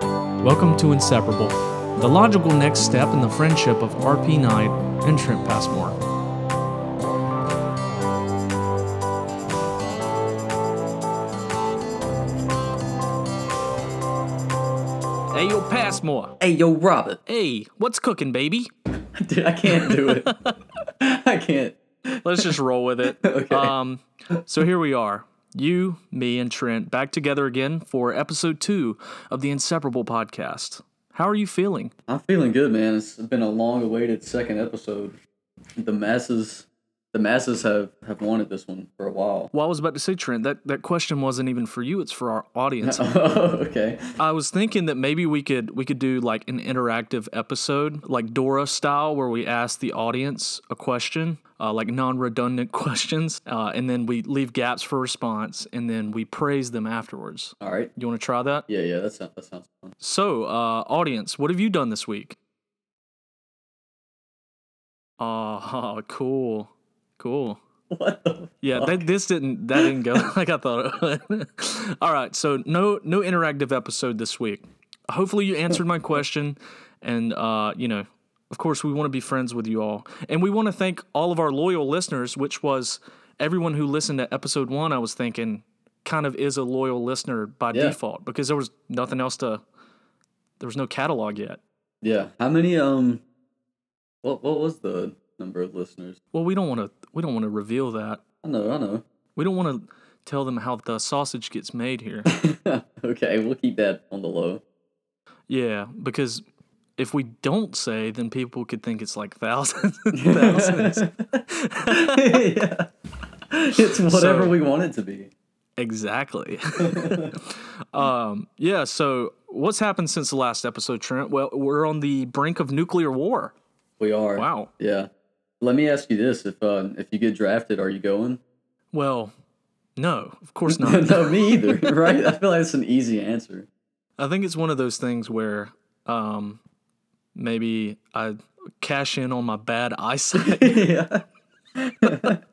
Welcome to Inseparable, the logical next step in the friendship of RP9 and Shrimp Passmore. Hey, yo, Passmore. Hey, yo, Robert. Hey, what's cooking, baby? Dude, I can't do it. I can't. Let's just roll with it. Okay. Um, so here we are, you, me, and Trent back together again for episode two of the Inseparable podcast. How are you feeling? I'm feeling good, man. It's been a long-awaited second episode. The masses, the masses have have wanted this one for a while. Well, I was about to say, Trent, that, that question wasn't even for you. It's for our audience. okay. I was thinking that maybe we could we could do like an interactive episode, like Dora style, where we ask the audience a question, uh, like non-redundant questions, uh, and then we leave gaps for response, and then we praise them afterwards. All right. You want to try that? Yeah, yeah. That sounds that sounds fun. So, uh, audience, what have you done this week? Oh, cool, cool. What the? Yeah, that, this didn't that didn't go like I thought it would. All right, so no no interactive episode this week. Hopefully you answered my question, and uh, you know, of course, we want to be friends with you all, and we want to thank all of our loyal listeners, which was everyone who listened to episode one. I was thinking kind of is a loyal listener by Yeah. default because there was nothing else to there was no catalog yet. Yeah. How many? Um. What What was the number of listeners? Well, we don't want to we don't want to reveal that. I know. I know. We don't want to tell them how the sausage gets made here. okay, we'll keep that on the low. Yeah, because if we don't say, then people could think it's like thousands and thousands. yeah. It's whatever So- we want it to be. exactly. um, yeah, so what's happened since the last episode, Trent? Well, we're on the brink of nuclear war. We are. Wow. Yeah. Let me ask you this: if uh, if you get drafted, are you going? Well, no, of course not. no, me either. Right? I feel like it's an easy answer. I think it's one of those things where um, maybe I cash in on my bad eyesight. yeah.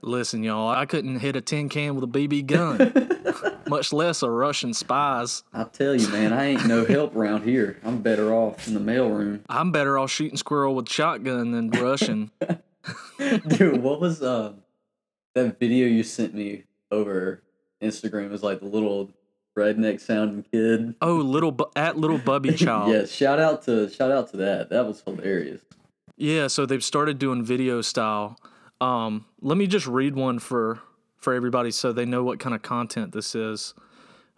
Listen, y'all, I couldn't hit a tin can with a BB gun, much less a Russian spy's. I tell you, man, I ain't no help around here. I'm better off in the mailroom. I'm better off shooting squirrel with shotgun than rushing. Dude, what was uh, that video you sent me over Instagram? It was like the little redneck sounding kid. oh, little bu- at little bubby child. Yeah, shout out to shout out to that. That was hilarious. Yeah, so they've started doing video style. Um, let me just read one for for everybody so they know what kind of content this is.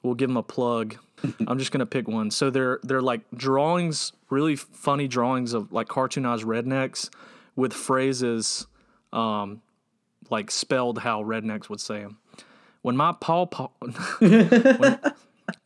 We'll give them a plug. I'm just gonna pick one. So they're they're like drawings, really funny drawings of like cartoonized rednecks with phrases um, like spelled how rednecks would say them. When my paw paw. when,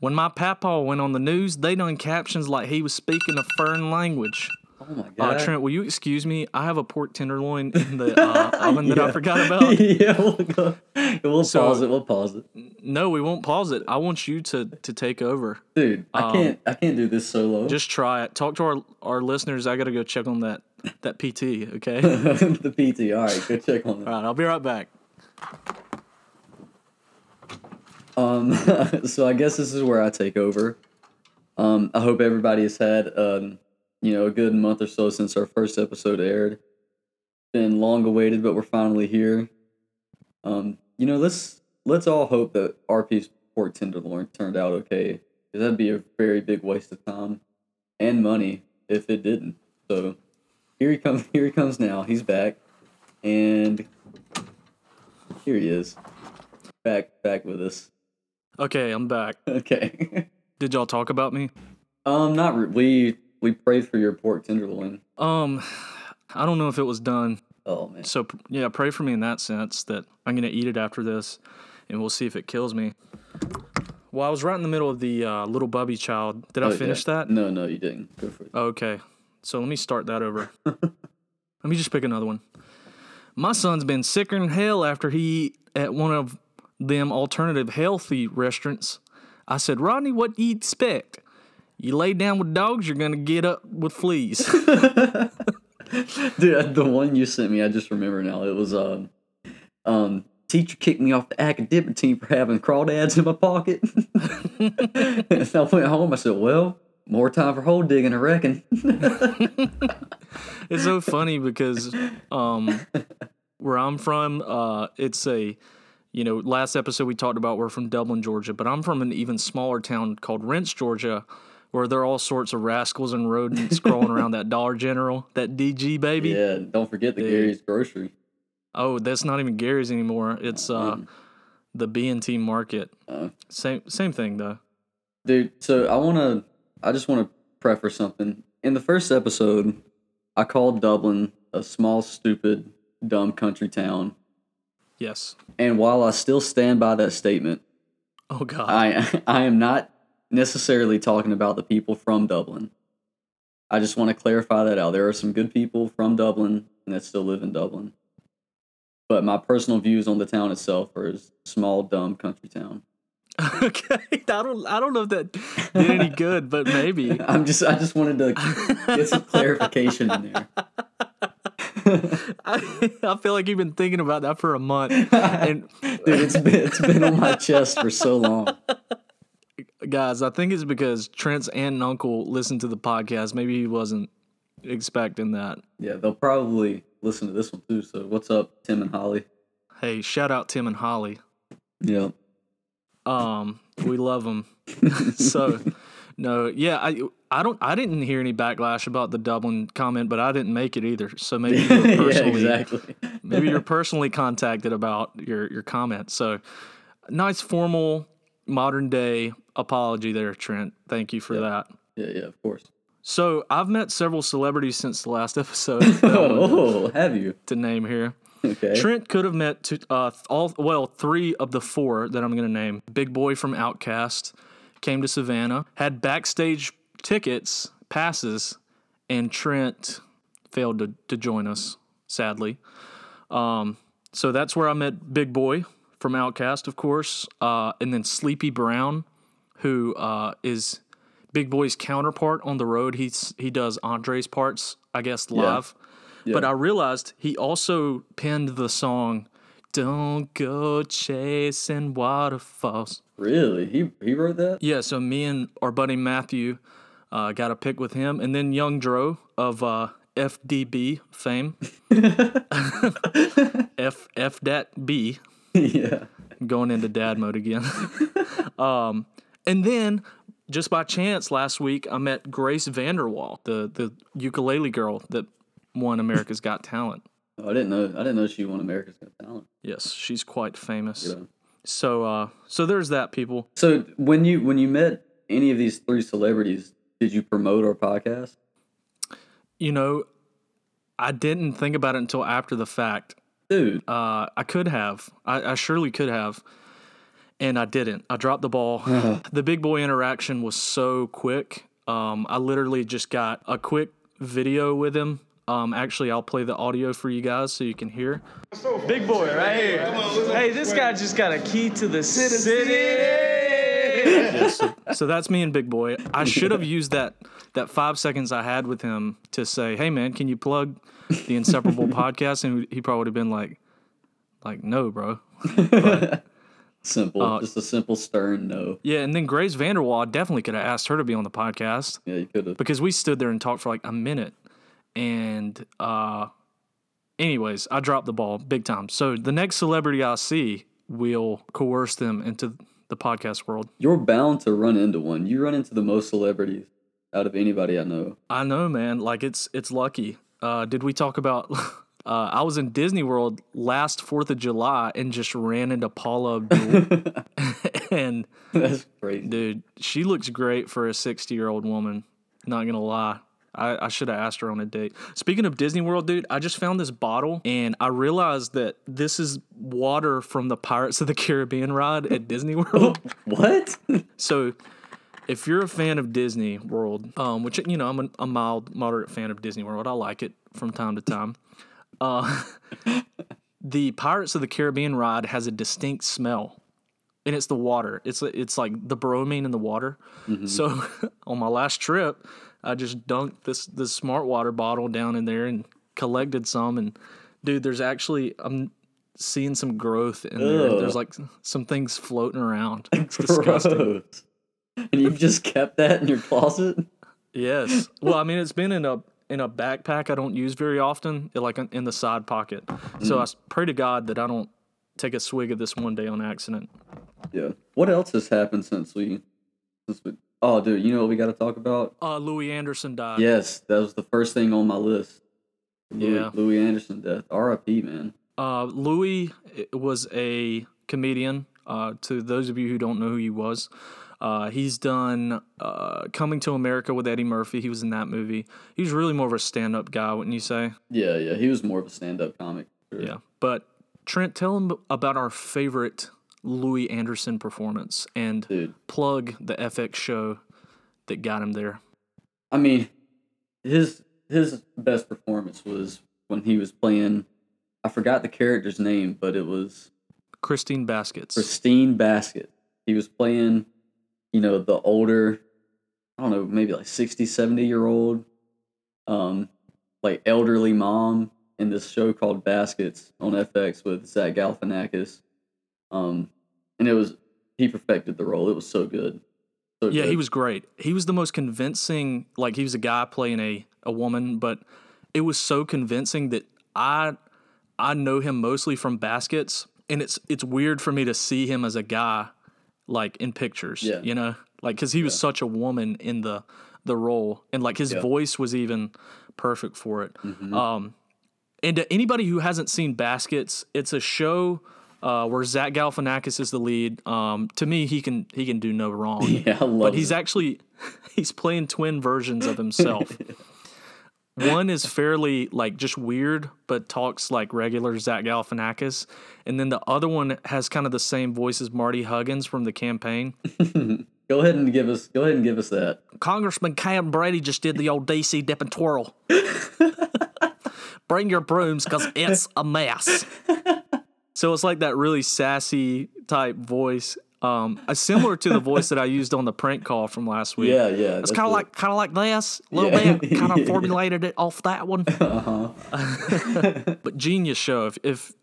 when my papaw went on the news, they done captions like he was speaking a foreign language. Oh my Uh, god. Trent, will you excuse me? I have a pork tenderloin in the uh, oven that I forgot about. yeah, we'll, go. we'll So- pause it. We'll pause it, No, we won't pause it. I want you to to take over. dude. I can't. I can't do this solo. Just try it. Talk to our our listeners. I got to go check on that that PT. Okay. All the PT. All right, go check on that. right. I'll be right back. Um, so I guess this is where I take over. Um, I hope everybody has had, um, you know, a good month or so since our first episode aired. Been long awaited, but we're finally here. Um, you know, let's let's all hope that RP's pork tenderloin turned out okay, because that'd be a very big waste of time and money if it didn't. So here he comes. Here he comes now. He's back, and here he is, back back with us. Okay, I'm back. Okay. Did y'all talk about me? Um, not re- we we prayed for your pork tenderloin. Um, I don't know if it was done. Oh man. So p- yeah, pray for me in that sense that I'm gonna eat it after this, and we'll see if it kills me. Well, I was right in the middle of the uh, little bubby child. Oh, Did I finish that? No, no, you didn't. Go for it. Okay. So let me start that over. let me just pick another one. My son's been sicker than hell after he eat at one of them alternative healthy restaurants. I said, Rodney, what you expect? You lay down with dogs, you're gonna get up with fleas. Dude, the one you sent me, I just remember now. It was um, um, teacher kicked me off the academic team for having crawdads in my pocket. and I went home. I said, "Well, more time for hole digging, I reckon. It's so funny because um, where I'm from, uh, it's a, you know, last episode we talked about we're from Dublin, Georgia, but I'm from an even smaller town called Rents, Georgia, where there are all sorts of rascals and rodents crawling around that Dollar General, that DG baby. yeah, don't forget the Dude. Gary's grocery. Oh, that's not even Gary's anymore. It's uh, Mm. the B and T Market. Oh. Same same thing though. Dude, so I want to, I just want to preface something. In the first episode, I called Dublin a small, stupid, dumb country town. Yes. And while I still stand by that statement, Oh God. I I am not necessarily talking about the people from Dublin. I just want to clarify that out. There are some good people from Dublin and that still live in Dublin. But my personal views on the town itself are as small, dumb country town. okay. I don't I don't know if that did any good, but maybe. I'm just I just wanted to get some clarification in there. I, I feel like you've been thinking about that for a month. And Dude, it's been it's been on my chest for so long. guys, I think it's because Trent's aunt and uncle listened to the podcast. Maybe he wasn't expecting that. Yeah, they'll probably listen to this one too. So what's up, Tim and Holly? Hey, shout out Tim and Holly. Yeah. Um, we love them. so, no, yeah, I I don't I didn't hear any backlash about the Dublin comment, but I didn't make it either. So maybe you were yeah, personally exactly. maybe you're personally contacted about your your comment. So, nice formal modern day apology there, Trent. Thank you for that. Yeah, yeah, of course. So I've met several celebrities since the last episode Oh, have you? to name here. Okay. Trent could have met two, uh, all well three of the four that I'm going to name. Big Boy from Outcast came to Savannah, had backstage tickets, passes, and Trent failed to, to join us, sadly. Um, so that's where I met Big Boy from Outcast, of course, uh, and then Sleepy Brown, who uh, is Big Boy's counterpart on the road. He's he does Andre's parts, I guess, live. But I realized he also penned the song "Don't Go Chasing Waterfalls." Really? He he wrote that? Yeah, so me and our buddy Matthew uh, got a pick with him, and then Young Dro of uh, FDB fame, F F dat B yeah. going into dad mode again. um, and then just by chance last week, I met Grace Vanderwall, the the ukulele girl that won America's Got Talent. Oh, I didn't know. I didn't know she won America's Got Talent. Yes, she's quite famous. Yeah. So uh, so there's that people. So when you when you met any of these three celebrities, did you promote our podcast? You know, I didn't think about it until after the fact. Dude, Uh, I could have. I, I surely could have. And I didn't. I dropped the ball. the big boy interaction was so quick. Um, I literally just got a quick video with him. Um, actually, I'll play the audio for you guys so you can hear. Big boy right here. hey, this guy just got a key to the city. So that's me and Big Boy. I should have used that that five seconds I had with him to say, "Hey, man, can you plug the Inseparable podcast?" And he probably would have been like, "Like, no, bro." simple. just a simple stern no. Yeah, and then Grace Vanderwall I definitely could have asked her to be on the podcast. Yeah, you could have. because we stood there and talked for like a minute and uh anyways i dropped the ball big time so the next celebrity i see will coerce them into the podcast world You're bound to run into one. You run into the most celebrities out of anybody I know. i know man like it's it's lucky uh did we talk about uh i was in disney world last fourth of july and just ran into paula Abdul. and That's crazy. dude she looks great for a 60 year old woman not gonna lie i, I should have asked her on a date speaking of disney world dude i just found this bottle and i realized that this is water from the pirates of the caribbean ride at disney world What? so if you're a fan of disney world um, which you know i'm a, a mild moderate fan of disney world i like it from time to time uh, the pirates of the caribbean ride has a distinct smell and it's the water. It's it's like the bromine in the water. So on my last trip, I just dunked this this smart water bottle down in there and collected some. And dude, there's actually I'm seeing some growth in there. Ugh. There's like some things floating around. It's disgusting. Gross. And you've just kept that in your closet? Yes. Well, I mean, it's been in a in a backpack I don't use very often, it- like in the side pocket. So I s- pray to God that I don't take a swig of this one day on accident. Yeah. What else has happened since we since we Oh dude, you know what we gotta talk about? Uh, Louis Anderson died. Yes, that was the first thing on my list. Louis, Yeah. Louis Anderson death. R.I.P. man. Uh, Louis eh, was a comedian. Uh, to those of you who don't know who he was, uh, he's done uh, Coming to America with Eddie Murphy. He was in that movie. He was really more of a stand up guy, wouldn't you say? Yeah, yeah. He was more of a stand up comic. for sure. Yeah. But Trent, tell him about our favorite Louis Anderson performance and Dude. plug the FX show that got him there. I mean, his his best performance was when he was playing. I forgot the character's name, but it was Christine Baskets. Christine Basket. He was playing, you know, the older, I don't know, maybe like 60, 70 year old, um, like elderly mom in this show called Baskets on FX with Zach Galifianakis. Um, and it was, he perfected the role. It was so good. So Yeah, good. he was great. He was the most convincing. Like he was a guy playing a a woman, but it was so convincing that I I know him mostly from baskets, and it's it's weird for me to see him as a guy like in pictures. Yeah. you know, like because he was such a woman in the the role, and like his Yeah. voice was even perfect for it. Mhm. Um, and to anybody who hasn't seen Baskets, it's a show uh, where Zach Galifianakis is the lead. Um, to me, he can he can do no wrong Yeah, I love but he's it. actually he's playing twin versions of himself. One is fairly like just weird, but talks like regular Zach Galifianakis, and then the other one has kind of the same voice as Marty Huggins from the campaign. Go ahead and give us, go ahead and give us that. Congressman Cam Brady just did the old DC dip and twirl. Bring your brooms because it's a mess. So it's like that really sassy type voice, um, uh, similar to the voice that I used on the prank call from last week. Yeah, yeah. It's that's kind of it. like kind of like this a little Yeah. bit. Kind Yeah. of formulated it off that one. Uh-huh. But Genius Show, if, if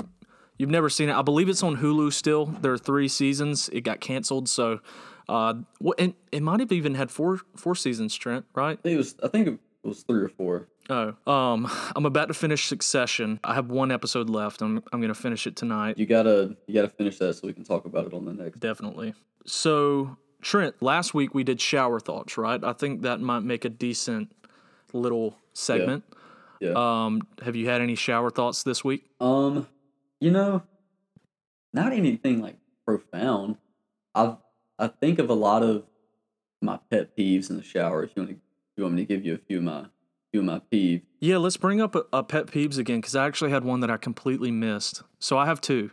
you've never seen it, I believe it's on Hulu still. There are three seasons. It got canceled, so uh, what? And it might have even had four four seasons. Trent, right? I think it was. I think it was three or four. Oh, um, I'm about to finish Succession. I have one episode left. I'm I'm gonna finish it tonight. You gotta. You gotta finish that so we can talk about it on the next. Definitely. So, Trent, last week we did shower thoughts, right? I think that might make a decent little segment. Yeah. Um, have you had any shower thoughts this week? Um, you know, not anything like profound. I I think of a lot of my pet peeves in the shower. If you want to, you want me to give you a few of my few of my peeves. Yeah, let's bring up a, a pet peeves again because I actually had one that I completely missed. So I have two.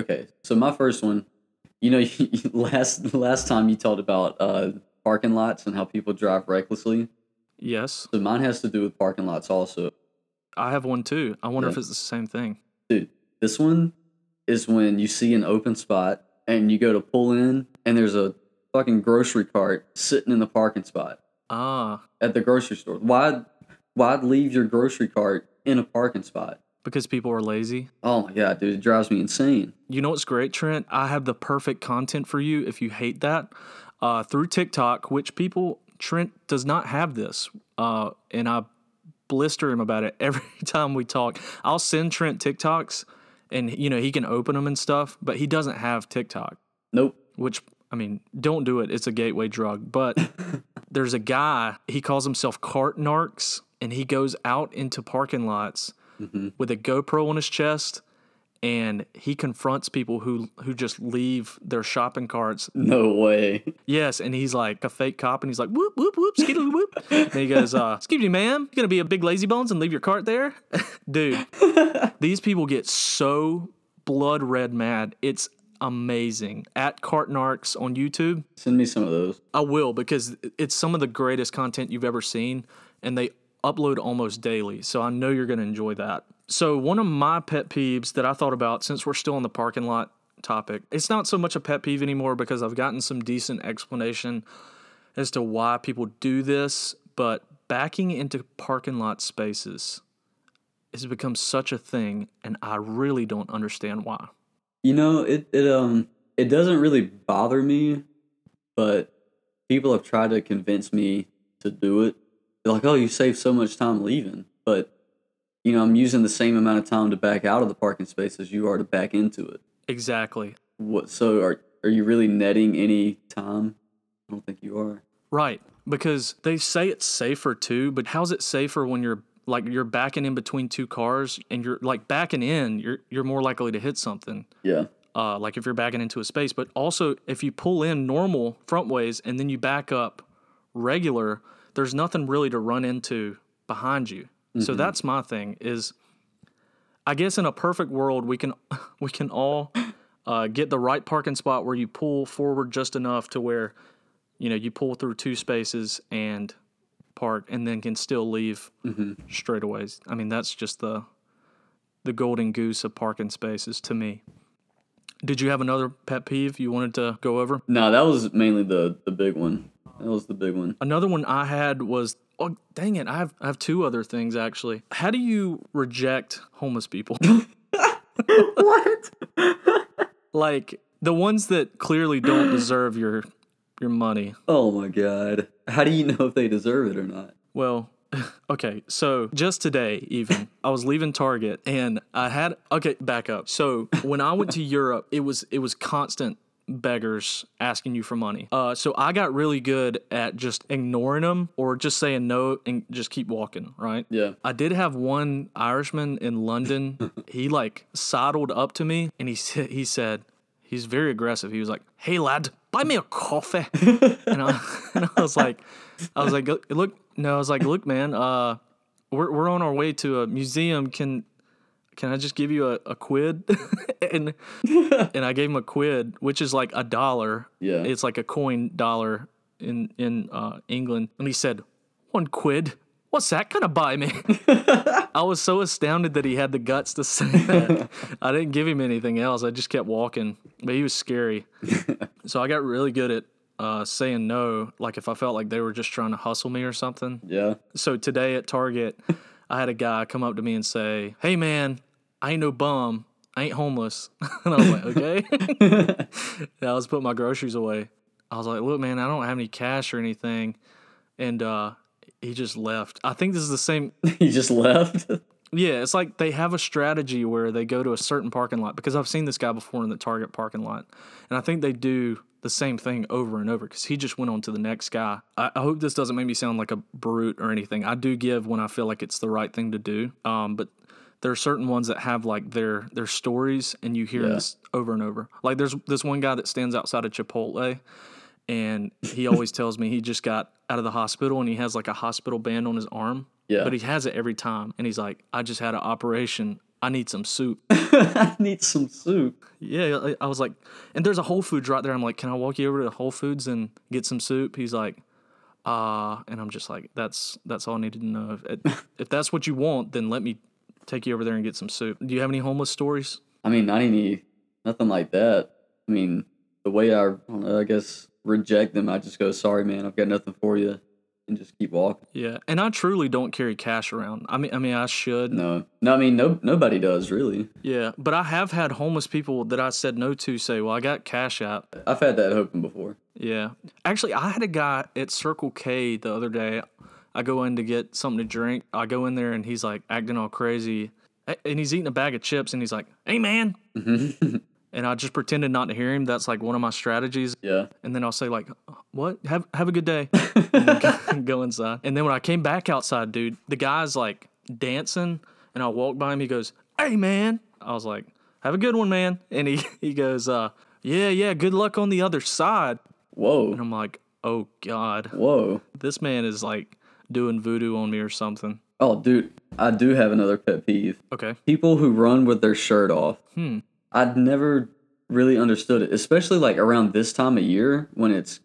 Okay, so my first one, you know, last last time you talked about uh parking lots and how people drive recklessly. Yes, So mine has to do with parking lots also. I have one too. I wonder Yeah. if it's the same thing. Dude, this one is when you see an open spot and you go to pull in, and there's a fucking grocery cart sitting in the parking spot Ah, at the grocery store. Why, why leave your grocery cart in a parking spot? because people are lazy. Oh my god, dude, it drives me insane. You know what's great, Trent? I have the perfect content for you if you hate that uh, through TikTok, which people, Trent does not have this. Uh, and I blister him about it every time we talk. I'll send Trent TikToks and, you know, he can open them and stuff, but he doesn't have TikTok, Nope. which, I mean, don't do it. It's a gateway drug. But there's a guy, he calls himself Cart Narcs, and he goes out into parking lots with a GoPro on his chest, and he confronts people who who just leave their shopping carts. No way. Yes, and he's like a fake cop, and he's like whoop whoop whoop skiddly whoop, and he goes, uh, "Excuse me, ma'am, you gonna be a big lazy bones and leave your cart there, dude?" These people get so blood red mad. It's amazing. At Cart Narcs on YouTube, Send me some of those. I will because it's some of the greatest content you've ever seen, and they upload almost daily. So I know you're going to enjoy that. So, one of my pet peeves that I thought about since we're still on the parking lot topic, it's not so much a pet peeve anymore because I've gotten some decent explanation as to why people do this, but backing into parking lot spaces has become such a thing, and I really don't understand why. You know, it it um it doesn't really bother me, but people have tried to convince me to do it. They're like, oh, you saved so much time leaving, but you know, I'm using the same amount of time to back out of the parking space as you are to back into it. Exactly. What? So are are you really netting any time? I don't think you are. Right. Because they say it's safer too, but how's it safer when you're like you're backing in between two cars and you're like backing in, you're you're more likely to hit something. Yeah. Uh, like if you're backing into a space, but also if you pull in normal front ways and then you back up regular, there's nothing really to run into behind you. So that's my thing is I guess in a perfect world we can we can all uh, get the right parking spot where you pull forward just enough to where you know you pull through two spaces and park and then can still leave straightaways. I mean that's just the the golden goose of parking spaces to me. Did you have another pet peeve you wanted to go over? No, that was mainly the the big one. That was the big one. Another one I had was oh dang it, I have I have two other things actually. How do you reject homeless people? what? like the ones that clearly don't deserve your your money. Oh my god. How do you know if they deserve it or not? Well, okay, so just today even I was leaving Target and I had okay, back up. So when I went to Europe, it was it was constant beggars asking you for money. Uh, so I got really good at just ignoring them or just saying no and just keep walking, right? Yeah. I did have one Irishman in London. he like sidled up to me and he sa- he said he's very aggressive. He was like, "Hey lad, buy me a coffee," and, I, and I was like, I was like, "Look- look, no, I was like, look, man, uh, we're we're on our way to a museum. Can can I just give you a, a quid? and and I gave him a quid, which is like a dollar. Yeah. It's like a coin dollar in in uh, England. And he said, One quid? What's that gonna buy me? I was so astounded that he had the guts to say that. I didn't give him anything else. I just kept walking. But he was scary. so I got really good at uh, saying no, like if I felt like they were just trying to hustle me or something Yeah. so today at Target, I had a guy come up to me and say, "Hey man, I ain't no bum. I ain't homeless." and I was like, "Okay." and I was putting my groceries away. I was like, "Look, man, I don't have any cash or anything," and uh, he just left. I think this is the same. He just left. Yeah, it's like they have a strategy where they go to a certain parking lot because I've seen this guy before in the Target parking lot, and I think they do the same thing over and over because he just went on to the next guy. I, I hope this doesn't make me sound like a brute or anything. I do give when I feel like it's the right thing to do, um, but there are certain ones that have like their their stories, and you hear Yeah. this over and over. Like there's this one guy that stands outside of Chipotle, and he always tells me he just got out of the hospital and he has like a hospital band on his arm. Yeah. But he has it every time. And he's like, I just had an operation. I need some soup. I need some soup. yeah. I- I was like, and there's a Whole Foods right there. I'm like, can I walk you over to the Whole Foods and get some soup? He's like, uh, and I'm just like, that's that's all I needed to know. If, if that's what you want, then let me take you over there and get some soup. Do you have any homeless stories? I mean, not any, nothing like that. I mean, the way I, I, don't know, I guess, reject them, I just go, sorry, man, I've got nothing for you, and just keep walking. Yeah. And I truly don't carry cash around. I mean, I mean, I should. No, no, I mean, no, nobody does really. Yeah, but I have had homeless people that I said no to say, "Well, I got Cash App." I've had that happen before. Yeah, actually, I had a guy at Circle K the other day. I go in to get something to drink. I go in there and he's like acting all crazy, A- and he's eating a bag of chips, and he's like, "Hey, man!" and I just pretended not to hear him. That's like one of my strategies. Yeah, And then I'll say like, "Uh, "What? Have have a good day." and then go- go inside. And then when I came back outside, dude, the guy's like dancing, and I walk by him. He goes, "Hey, man." I was like, "Have a good one, man." And he he goes, uh, "Yeah, yeah. Good luck on the other side." And whoa, I'm like, "Oh God, whoa. this man is like doing voodoo on me or something." Oh, dude, I do have another pet peeve. Okay. people who run with their shirt off. I'd never really understood it, especially like around this time of year when it's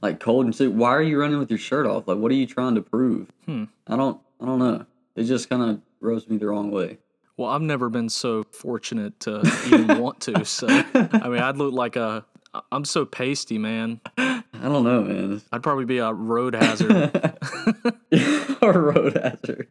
like cold and shit. Why are you running with your shirt off? Like, what are you trying to prove? I don't, I don't know. It just kind of rubs me the wrong way. Well, I've never been so fortunate to even want to. So, I mean, I'd look like a. I'm so pasty, man. I don't know, man. I'd probably be a road hazard or road hazard.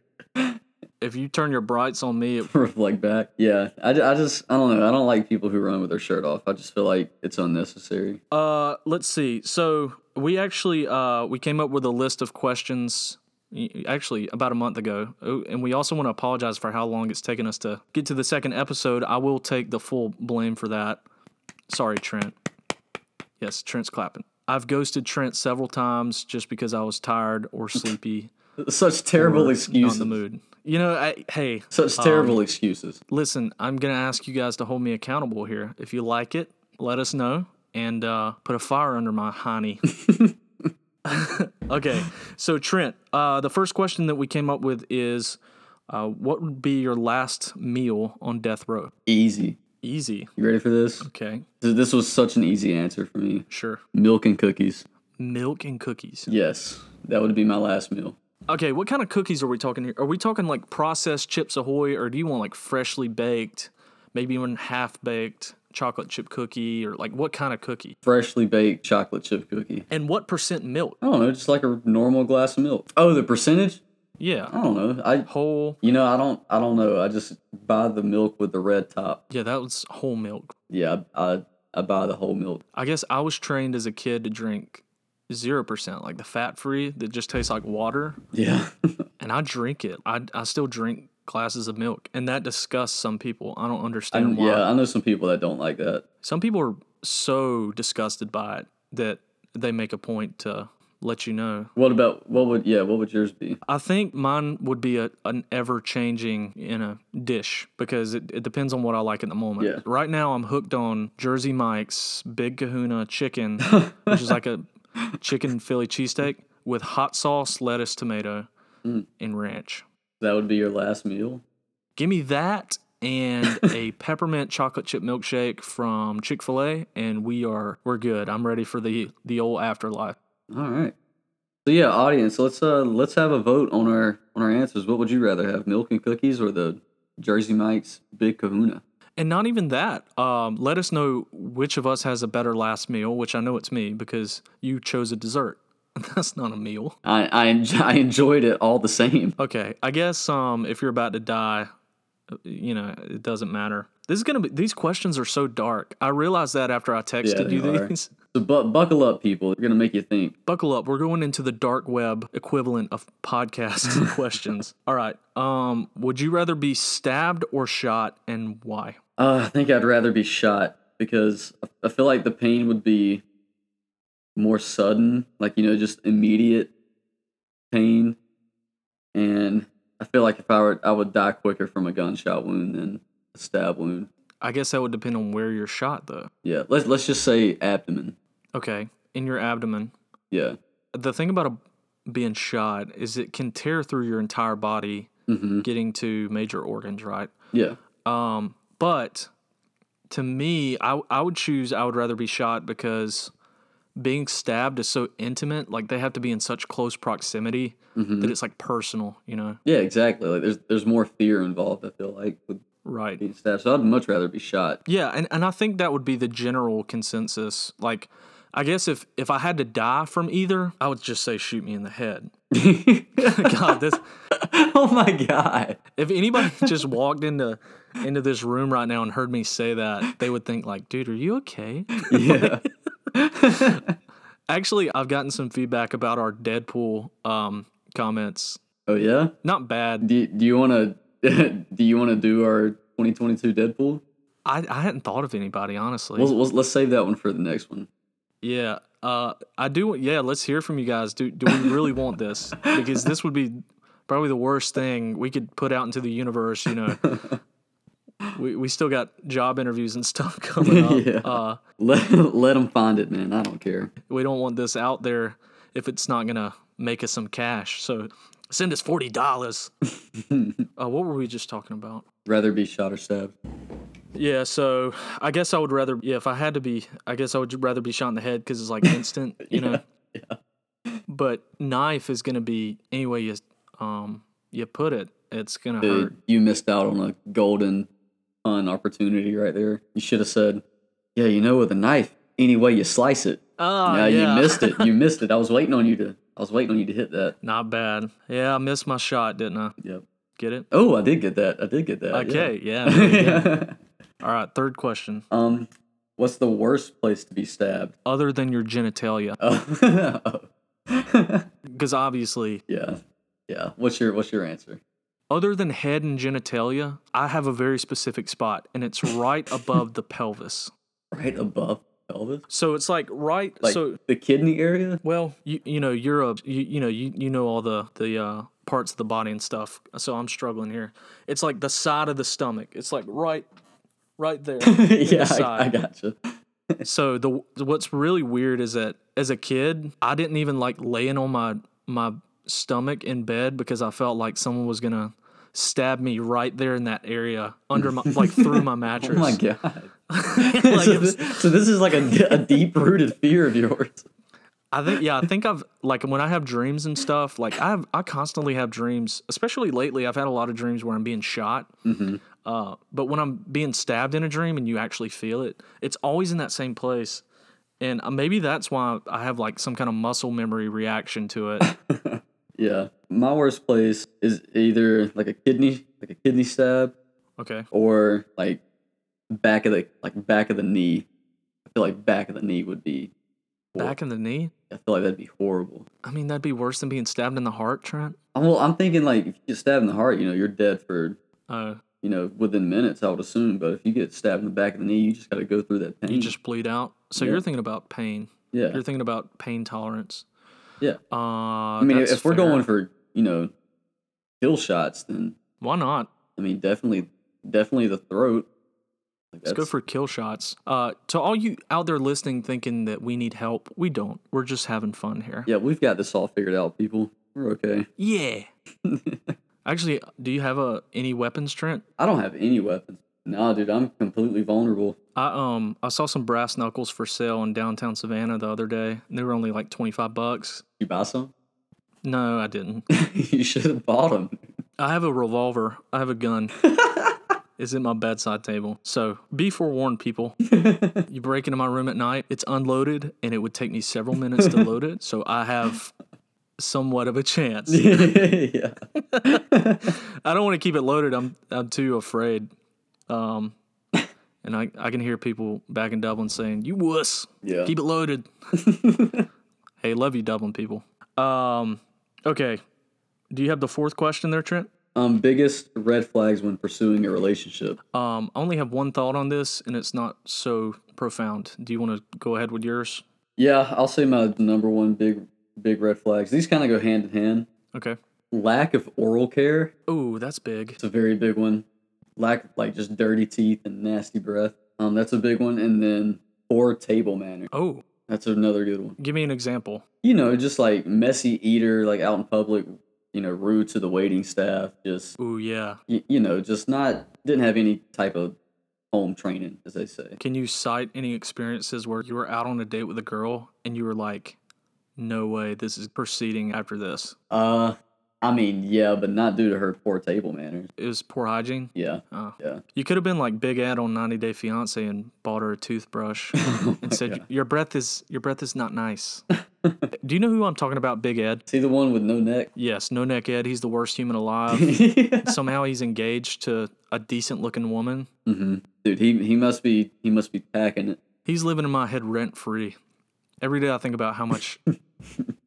if you turn your brights on me, it, reflect back. Yeah, I, ju- I just I don't know. I don't like people who run with their shirt off. I just feel like it's unnecessary. uh, let's see. So we actually uh, we came up with a list of questions y- actually about a month ago, Oh, and we also want to apologize for how long it's taken us to get to the second episode. I will take the full blame for that. Sorry, Trent. Yes, Trent's clapping. I've ghosted Trent several times just because I was tired or sleepy, Such terrible not in excuses. the mood. You know, I, hey, Such terrible excuses. listen, I'm going to ask you guys to hold me accountable here. If you like it, let us know and uh, put a fire under my honey. okay, so Trent, uh, the first question that we came up with is uh, what would be your last meal on death row? Easy. Easy. You ready for this? Okay, Th- This was such an easy answer for me. sure. Milk and cookies. Milk and cookies. Yes, that would be my last meal. Okay, what kind of cookies are we talking here? Are we talking like processed chips ahoy or do you want like freshly baked, maybe even half baked chocolate chip cookie or like what kind of cookie? Freshly baked chocolate chip cookie. And what percent milk? I don't know, just like a normal glass of milk. Oh, the percentage? Yeah. I don't know. I whole you know, I don't I don't know. I just buy the milk with the red top. yeah that was whole milk Yeah, I I, I buy the whole milk. i guess i was trained as a kid to drink 0% like the fat free that just tastes like water Yeah. and i drink it i, I still drink glasses of milk and that disgusts some people i don't understand why yeah, I know some people that don't like that. some people are so disgusted by it that they make a point to let you know What about what would yeah, what would yours be? I think mine would be a, an ever changing in a dish because it, it depends on what I like at the moment. Yeah. Right now, I'm hooked on Jersey Mike's Big Kahuna Chicken, which is like a chicken Philly cheesesteak with hot sauce, lettuce, tomato, and ranch. That would be your last meal? Give me that and a peppermint chocolate chip milkshake from Chick fil A, and we are we're good. I'm ready for the the old afterlife. All right. So yeah, audience, let's uh let's have a vote on our on our answers. What would you rather have, milk and cookies or the Jersey Mike's Big Kahuna? And not even that. Um, let us know which of us has a better last meal, which I know it's me because you chose a dessert. That's not a meal. I I, en- I enjoyed it all the same. Okay, I guess um, if you're about to die, uh, you know it doesn't matter. This is gonna be. These questions are so dark. I realized that after I texted they you are. these. So bu- buckle up, people. They're gonna make you think. Buckle up. We're going into the dark web equivalent of podcast questions. All right. Um, would you rather be stabbed or shot, and why? Uh, I think I'd rather be shot because I- I feel like the pain would be more sudden, like you know, just immediate pain. And I feel like if I were, I would die quicker from a gunshot wound than a stab wound. I guess that would depend on where you're shot, though. Yeah, let's let's just say abdomen. Okay, in your abdomen. Yeah, the thing about a, being shot is it can tear through your entire body, getting to major organs, right? yeah. Um, but to me, I, I would choose, I would rather be shot because being stabbed is so intimate. Like they have to be in such close proximity that it's like personal, you know? Yeah, exactly. Like there's there's more fear involved. I feel like with Right. being stabbed, so I'd much rather be shot. Yeah, and, and I think that would be the general consensus. Like, I guess if if I had to die from either, I would just say shoot me in the head. God, this oh my god! If anybody just walked into into this room right now and heard me say that, they would think like, "Dude, are you okay?" Yeah, Actually, I've gotten some feedback about our Deadpool um, comments. Oh yeah. Not bad. Do Do you want to Do you want to do our 2022 Deadpool? I, I hadn't thought of anybody honestly. We'll, we'll, let's save that one for the next one. yeah, uh, I do. Yeah, let's hear from you guys. Do do we really want this? Because this would be probably the worst thing we could put out into the universe. You know, we we still got job interviews and stuff coming up. Yeah. Uh, Let Let them find it, man. I don't care. we don't want this out there if it's not gonna make us some cash. So send us forty dollars. uh, what were we just talking about? Rather be shot or stabbed. Yeah, so I guess I would rather yeah if I had to be I guess I would rather be shot in the head because it's like instant, you know. But knife is gonna be any way you um you put it, it's gonna hurt. Dude, you missed out on a golden fun opportunity right there. You should have said, "Yeah, you know, with a knife, any way you slice it." Oh, yeah, you missed it. You missed it. I was waiting on you to. I was waiting on you to hit that. Not bad. Yeah, I missed my shot, didn't I? Yep. Get it? Oh, I did get that. I did get that. Uh, yeah. Okay, yeah. All right, third question. um, what's the worst place to be stabbed? Other than your genitalia, Oh. because obviously, yeah, yeah. What's your What's your answer? other than head and genitalia, I have a very specific spot, and it's right above the pelvis. Right above pelvis, So it's like right. like so the kidney area. well, you you know you're a you, you know you you know all the the uh, parts of the body and stuff. So I'm struggling here. It's like the side of the stomach. It's like right right there. yeah, I, I side. gotcha. Oh So the what's really weird is that as a kid, I didn't even like laying on my my stomach in bed because I felt like someone was gonna stab me right there in that area under my like through my mattress. Oh my god. Like, so, it was- this, so this is like a, deep rooted fear of yours. I think yeah, I think I've like when I have dreams and stuff, like I have, I constantly have dreams, especially lately I've had a lot of dreams where I'm being shot. Mm-hmm. Uh, but when I'm being stabbed in a dream and you actually feel it, it's always in that same place. And uh, maybe that's why I have like some kind of muscle memory reaction to it. Yeah, my worst place is either like a kidney, like a kidney stab, Okay. or like back of the like back of the knee. I feel like back of the knee would be. Back in the knee? I feel like that'd be horrible. I mean, that'd be worse than being stabbed in the heart, Trent. I'm- Well, I'm thinking like if you get stabbed in the heart, you know, you're dead for Uh, you know within minutes. I would assume, but if you get stabbed in the back of the knee, you just got to go through that pain. you just bleed out. So Mm. Yeah. you're thinking about pain. yeah, You're thinking about pain tolerance. Yeah. Uh, I mean, if we're going for you know, kill shots, then why not? I mean, definitely, definitely the throat. Like Let's go for kill shots. Uh, to all you out there listening, thinking that we need help, we don't. We're just having fun here. yeah. We've got this all figured out, people. We're okay. Yeah. Actually, do you have a any weapons, Trent? I don't have any weapons. No, dude, I'm completely vulnerable. I um I saw some brass knuckles for sale in downtown Savannah the other day. And they were only like twenty five bucks. You buy some? No, I didn't. you should have bought them. I have a revolver. I have a gun. it's at my bedside table. So be forewarned, people. you break into my room at night, it's unloaded, and it would take me several minutes to load it. So I have somewhat of a chance. yeah. I don't want to keep it loaded. I'm I'm too afraid. Um, and I, I can hear people back in Dublin saying, "You wuss, Yeah. keep it loaded." hey, love you, Dublin people. Um, okay. Do you have the fourth question there, Trent? Um, biggest red flags when pursuing a relationship. Um, I only have one thought on this, and it's not so profound. Do you want to go ahead with yours? Yeah, I'll say my number one big, big red flags. These kind of go hand in hand. Okay. Lack of oral care. Oh, that's big. It's a very big one. Lack of like just dirty teeth and nasty breath. Um, that's a big one. And then poor table manner. Oh, That's another good one. give me an example. You know, just like messy eater, like out in public. You know, rude to the waiting staff. Just Oh yeah. you, you know, just not didn't have any type of home training, as they say. Can you cite any experiences where you were out on a date with a girl and you were like, no way, this is proceeding after this? Uh, I mean, yeah, but not due to her poor table manners. It was poor hygiene. Yeah, Oh. yeah. You could have been like Big Ed on 90 Day Fiance and bought her a toothbrush and said, your breath is your breath is not nice. Do you know who I'm talking about, Big Ed? See the one with no neck. Yes, No Neck Ed. He's the worst human alive. somehow he's engaged to a decent looking woman. hmm Dude, he he must be he must be packing it. He's living in my head rent free. Every day I think about how much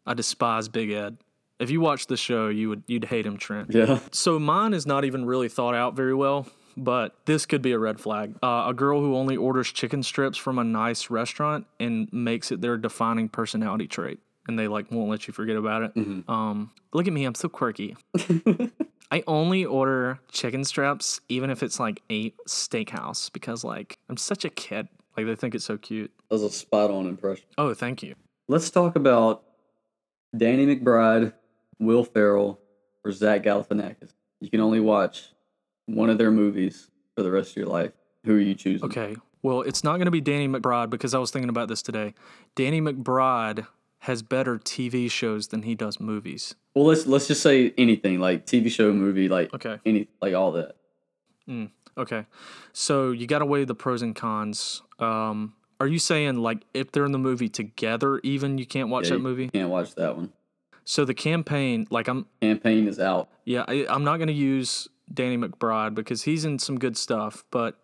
I despise Big Ed. If you watched the show, you would you'd hate him, Trent. Yeah. So mine is not even really thought out very well, but this could be a red flag. Uh, a girl who only orders chicken strips from a nice restaurant and makes it their defining personality trait, and they like won't let you forget about it. Um, look at me, I'm so quirky. I only order chicken strips, even if it's like a steakhouse, because like I'm such a kid. Like they think it's so cute. That was a spot on impression. Oh, thank you. Let's talk about Danny McBride, Will Ferrell, or Zach Galifianakis. You can only watch one of their movies for the rest of your life. Who are you choosing? Okay. Well, it's not going to be Danny McBride because I was thinking about this today. Danny McBride has better TV shows than he does movies. Well, let's let's just say anything like TV show, movie, like Okay. any like all that. Okay. So you got to weigh the pros and cons. Um, are you saying like if they're in the movie together, even you can't watch Yeah, that movie? Can't watch that one. So the campaign, like I'm, Campaign is out. yeah, I, I'm not gonna use Danny McBride because he's in some good stuff, but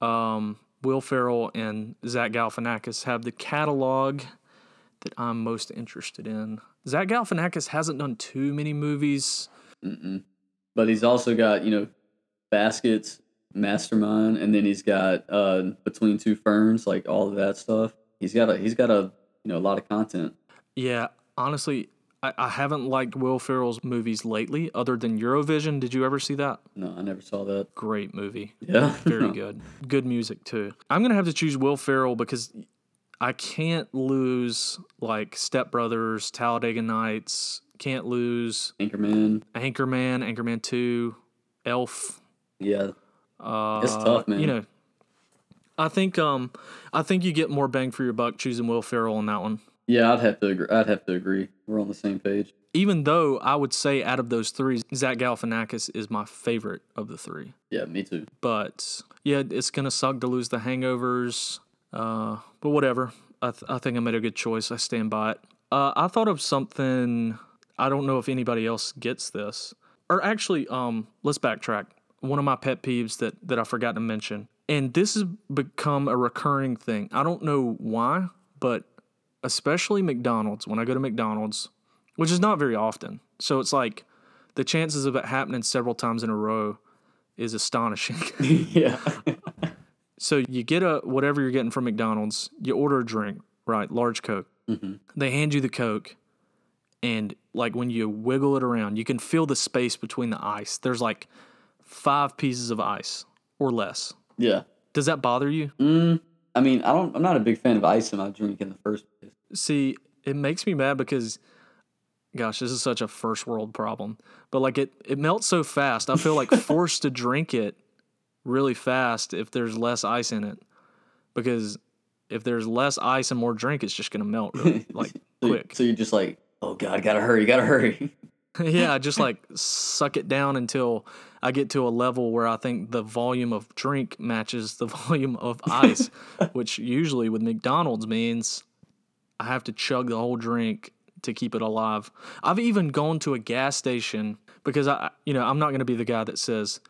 um, Will Ferrell and Zach Galifianakis have the catalog that I'm most interested in. Zach Galifianakis hasn't done too many movies. Mm-mm. But he's also got you know, baskets, mastermind, and then he's got uh between two ferns, like all of that stuff. He's got a he's got a you know a lot of content. Yeah, honestly, I, I haven't liked Will Ferrell's movies lately, other than Eurovision. Did you ever see that? No, I never saw that. Great movie. Yeah, Very good. Good music too. I'm gonna have to choose Will Ferrell because I can't lose like Step Brothers, Talladega Nights. Can't lose Anchorman. Anchorman, Anchorman Two, Elf. Yeah, Uh, It's tough, man. You know, I think um, I think you get more bang for your buck choosing Will Ferrell on that one. yeah. I'd have to agree. I'd have to agree. We're on the same page. Even though I would say out of those three, Zach Galifianakis is my favorite of the three. Yeah, me too. but yeah, it's gonna suck to lose the hangovers. Uh, but whatever. I, th- I think I made a good choice. I stand by it. Uh, I thought of something. I don't know if anybody else gets this. Or actually, um, let's backtrack. One of my pet peeves that that I forgot to mention, and this has become a recurring thing. I don't know why, but especially McDonald's. When I go to McDonald's, which is not very often, so it's like the chances of it happening several times in a row is astonishing. yeah. So you get a whatever you're getting from McDonald's, you order a drink, right? Large Coke. They hand you the Coke, and like when you wiggle it around, you can feel the space between the ice. There's like five pieces of ice or less. yeah. Does that bother you? Mm, I mean, I don't. I'm not a big fan of ice in my drink in the first place. See, it makes me mad because, gosh, this is such a first world problem. But like it, it melts so fast. I feel like forced to drink it really fast if there's less ice in it, because if there's less ice and more drink, it's just gonna melt really, like So you- quick. So you're just like, oh god, gotta hurry, gotta hurry. yeah, I just like suck it down until I get to a level where I think the volume of drink matches the volume of ice, which usually with McDonald's means I have to chug the whole drink to keep it alive. I've even gone to a gas station because I, you know, I'm not going to be the guy that says,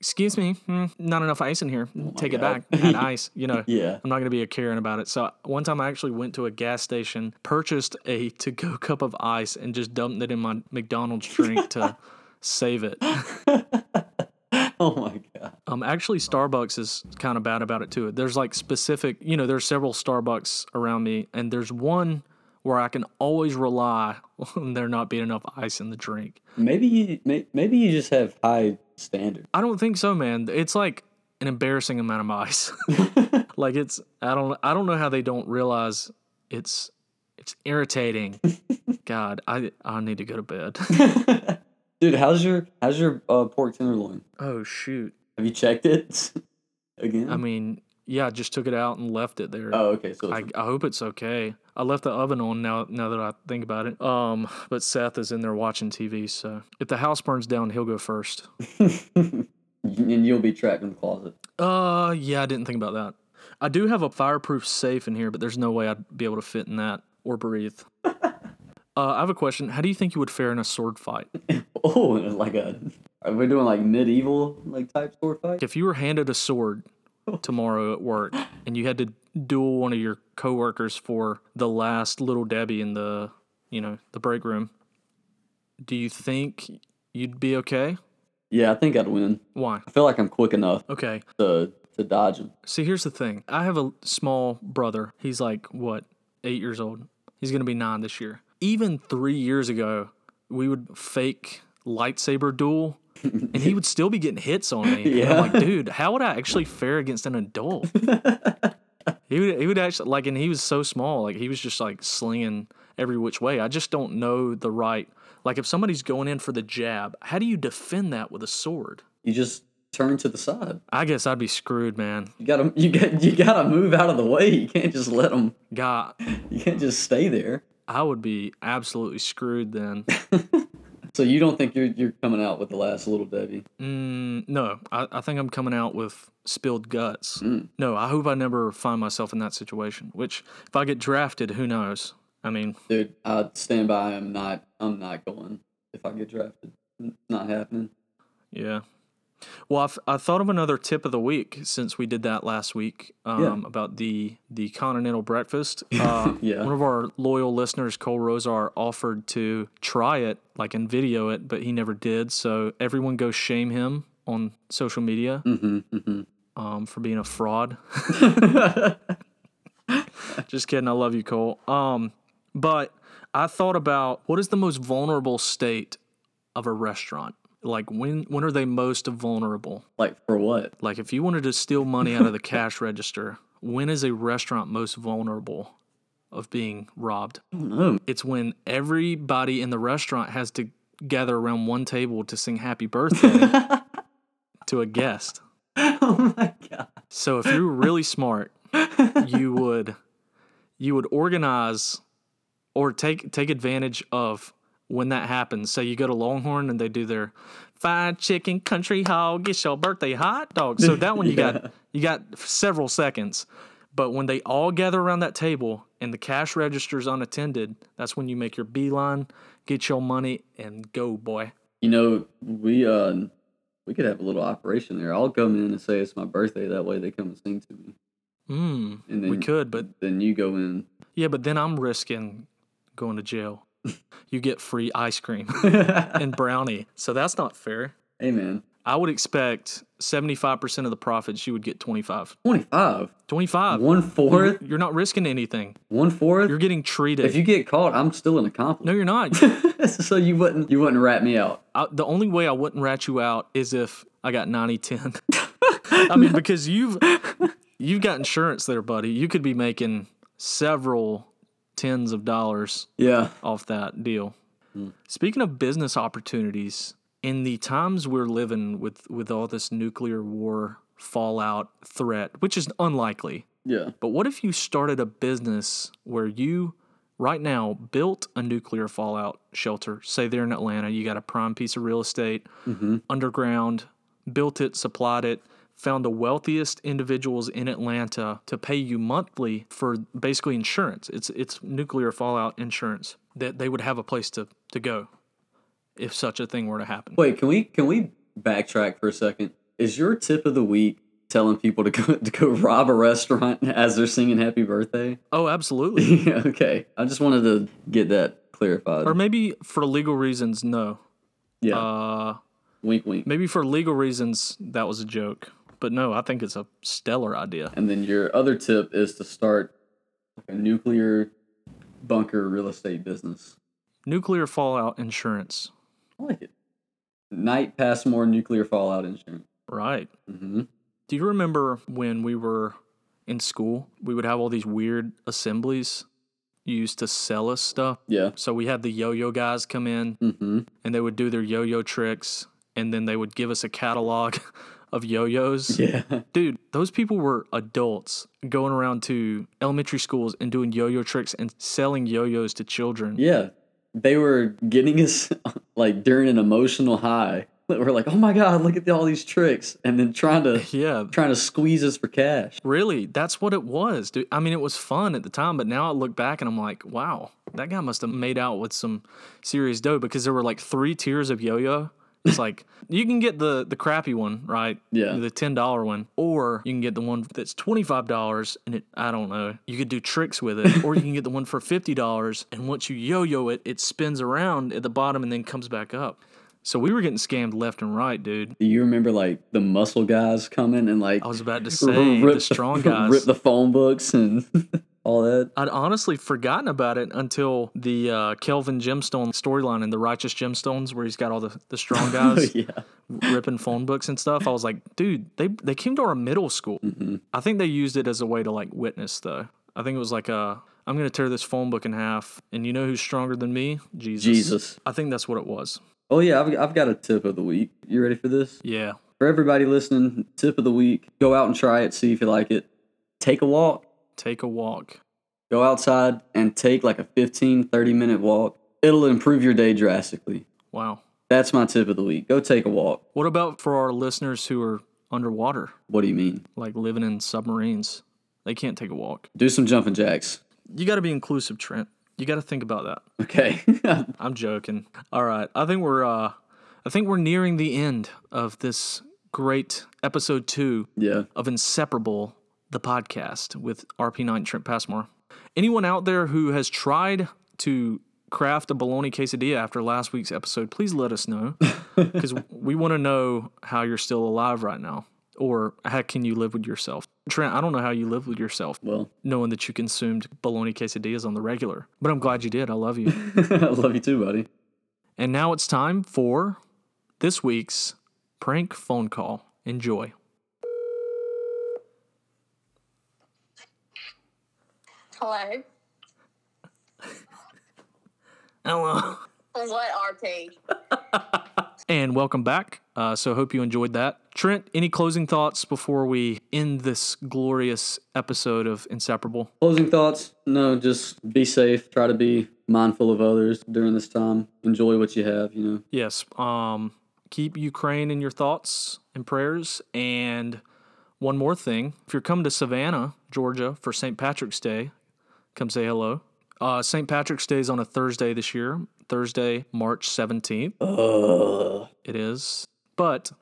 "Excuse me, hmm, not enough ice in here. Take it God. back, add ice." You know. Yeah. I'm not going to be a Karen about it. So, one time I actually went to a gas station, purchased a to go cup of ice, and just dumped it in my McDonald's drink to save it. Oh my god. Um, actually, Starbucks is kind of bad about it too. There's like specific, you know, there's several Starbucks around me, and there's one where I can always rely on there not being enough ice in the drink. Maybe you. May, maybe you just have high standards. I don't think so, man. It's like an embarrassing amount of ice. like it's I don't I don't know how they don't realize it's it's irritating. God, I I need to go to bed. Dude, how's your how's your uh, pork tenderloin? oh shoot. Have you checked it again? I mean, yeah, I just took it out and left it there. oh, okay. So I, it's, I hope it's okay. I left the oven on now now that I think about it. Um, but Seth is in there watching TV, so if the house burns down, he'll go first. and you'll be trapped in the closet. Uh, yeah, I didn't think about that. I do have a fireproof safe in here, but there's no way I'd be able to fit in that or breathe. uh, I have a question. How do you think you would fare in a sword fight? Oh, and it's like a. Are we doing like medieval like type sword fight? If you were handed a sword tomorrow at work and you had to duel one of your coworkers for the last little Debbie in the, you know, the break room, do you think you'd be okay? Yeah, I think I'd win. Why? I feel like I'm quick enough Okay. to to dodge him. See, here's the thing. I have a small brother. He's like, what, eight years old? He's going to be nine this year. Even three years ago, we would fake lightsaber duel and he would still be getting hits on me. And I'm Yeah. like, dude, how would I actually fare against an adult? he, would, he would actually, like, and he was so small. Like, he was just like slinging every which way. I just don't know the right. Like, if somebody's going in for the jab, how do you defend that with a sword? You just turn to the side. I guess I'd be screwed, man. You gotta you got you gotta move out of the way. You can't just let them. God, You can't just stay there. I would be absolutely screwed then. So you don't think you're you're coming out with the last little Debbie? Mm, no, I, I think I'm coming out with spilled guts. No, I hope I never find myself in that situation, which if I get drafted, who knows? I mean, Dude, I stand by. I'm not. I'm not going if I get drafted. It's not happening. Yeah. Well, I, f- I thought of another tip of the week since we did that last week um, Yeah. about the the continental breakfast. Uh, Yeah. One of our loyal listeners, Cole Rosar, offered to try it, like and video it, but he never did. So everyone go shame him on social media Mm-hmm, mm-hmm. um, for being a fraud. Just kidding. I love you, Cole. Um, but I thought about what is the most vulnerable state of a restaurant? Like when when are they most vulnerable? Like for what? Like, if you wanted to steal money out of the cash register, when is a restaurant most vulnerable of being robbed? I don't know. It's when everybody in the restaurant has to gather around one table to sing happy birthday to a guest. oh my god. So if you were really smart, you would you would organize or take take advantage of when that happens. So you go to Longhorn and they do their fried chicken country hog, it's your birthday hot dog. So that one you got you got several seconds. But when they all gather around that table and the cash register's unattended, that's when you make your beeline, get your money, and go, boy. You know, we uh, we could have a little operation there. I'll come in and say it's my birthday. That way they come and sing to me, Mm, and then we could, but then you go in. Yeah, but then I'm risking going to jail. you get free ice cream and brownie. So that's not fair. Hey man, I would expect 75% of the profits, you would get 25. twenty five, 25. one fourth, You're not risking anything. one fourth. You're getting treated. If you get caught, I'm still an no, accomplice. you're not. so you wouldn't you wouldn't rat me out. I, the only way I wouldn't rat you out is if I got 90 10. I mean, because you've you've got insurance there, buddy. You could be making several tens of dollars Yeah. off that deal. Speaking of business opportunities, in the times we're living with with all this nuclear war fallout threat, which is unlikely, Yeah. but what if you started a business where you right now built a nuclear fallout shelter, say there in Atlanta, you got a prime piece of real estate, underground, built it, supplied it, found the wealthiest individuals in Atlanta to pay you monthly for basically insurance. It's it's nuclear fallout insurance that they would have a place to to go if such a thing were to happen. Wait, can we can we backtrack for a second? Is your tip of the week telling people to go to go rob a restaurant as they're singing happy birthday? Oh, absolutely. Yeah, okay. I just wanted to get that clarified. or maybe for legal reasons, no. yeah. Uh wink wink. Maybe for legal reasons, that was a joke. But no, I think it's a stellar idea. And then your other tip is to start a nuclear bunker real estate business. Nuclear fallout insurance. I like it. Night Passmore nuclear fallout insurance. Right. hmm Do you remember when we were in school? We would have all these weird assemblies used to sell us stuff. Yeah. So we had the yo yo guys come in hmm and they would do their yo yo tricks and then they would give us a catalog of yo yo's. Yeah. Dude, those people were adults going around to elementary schools and doing yo yo tricks and selling yo yo's to children. Yeah. They were getting us like during an emotional high. We're like, oh my god, look at all these tricks, and then trying to Yeah, trying to squeeze us for cash. Really, that's what it was. Dude. I mean, it was fun at the time, but now I look back and I'm like, wow, that guy must have made out with some serious dough because there were like three tiers of yo-yo. It's like you can get the the crappy one, right? Yeah. the ten dollar one, or you can get the one that's twenty five dollars, and it I don't know. You could do tricks with it, or you can get the one for fifty dollars, and once you yo-yo it, it spins around at the bottom and then comes back up. So we were getting scammed left and right, dude. Do you remember like the muscle guys coming and like I was about to say the strong guys. rip the phone books and all that? I'd honestly forgotten about it until the uh, Kelvin Gemstone storyline in the Righteous Gemstones, where he's got all the, the strong guys yeah, ripping phone books and stuff. I was like, dude, they they came to our middle school. Mm-hmm. I think they used it as a way to like witness, though. I think it was like a I'm gonna tear this phone book in half, and you know who's stronger than me? Jesus. Jesus. I think that's what it was. Oh yeah, I've I've got a tip of the week. You ready for this? Yeah. For everybody listening, tip of the week: go out and try it, see if you like it. Take a walk, Take a walk. go outside and take like a 15 30 minute walk it'll improve your day drastically Wow. that's my tip of the week go take a walk What about for our listeners who are underwater, what do you mean like living in submarines? They can't take a walk. do some jumping jacks You got to be inclusive, Trent. You got to think about that. Okay. I'm joking. All right. I think we're uh I think we're nearing the end of this great episode 2 yeah. of Inseparable the podcast with RP9 and Trent Passmore. Anyone out there who has tried to craft a bologna quesadilla after last week's episode, please let us know cuz we want to know how you're still alive right now or how can you live with yourself. Trent, I don't know how you live with yourself Well, knowing that you consumed bologna quesadillas on the regular, but I'm glad you did. I love you. I love you too, buddy. And now it's time for this week's prank phone call. Enjoy. Hello. Hello. What RP? And welcome back. Uh, so, hope you enjoyed that. Trent, any closing thoughts before we end this glorious episode of Inseparable? Closing thoughts? No, just be safe. Try to be mindful of others during this time. Enjoy what you have, you know. Yes. Um, keep Ukraine in your thoughts and prayers. And one more thing if you're coming to Savannah, Georgia for St. Patrick's Day, come say hello. Uh, St. Patrick's Day is on a Thursday this year, Thursday, March 17th. Uh, It is. But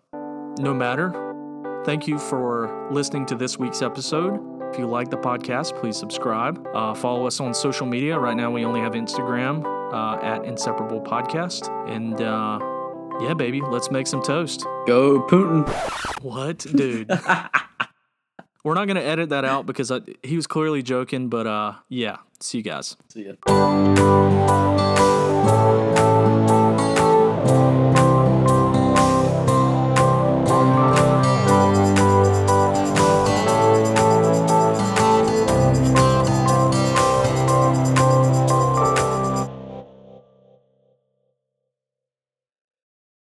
no matter, thank you for listening to this week's episode. If you like the podcast, please subscribe. Uh, follow us on social media. Right now, we only have Instagram uh, at Inseparable Podcast. And uh, yeah, baby, let's make some toast. go Putin. What, dude? We're not going to edit that out because I, he was clearly joking, but uh, yeah, see you guys. See ya.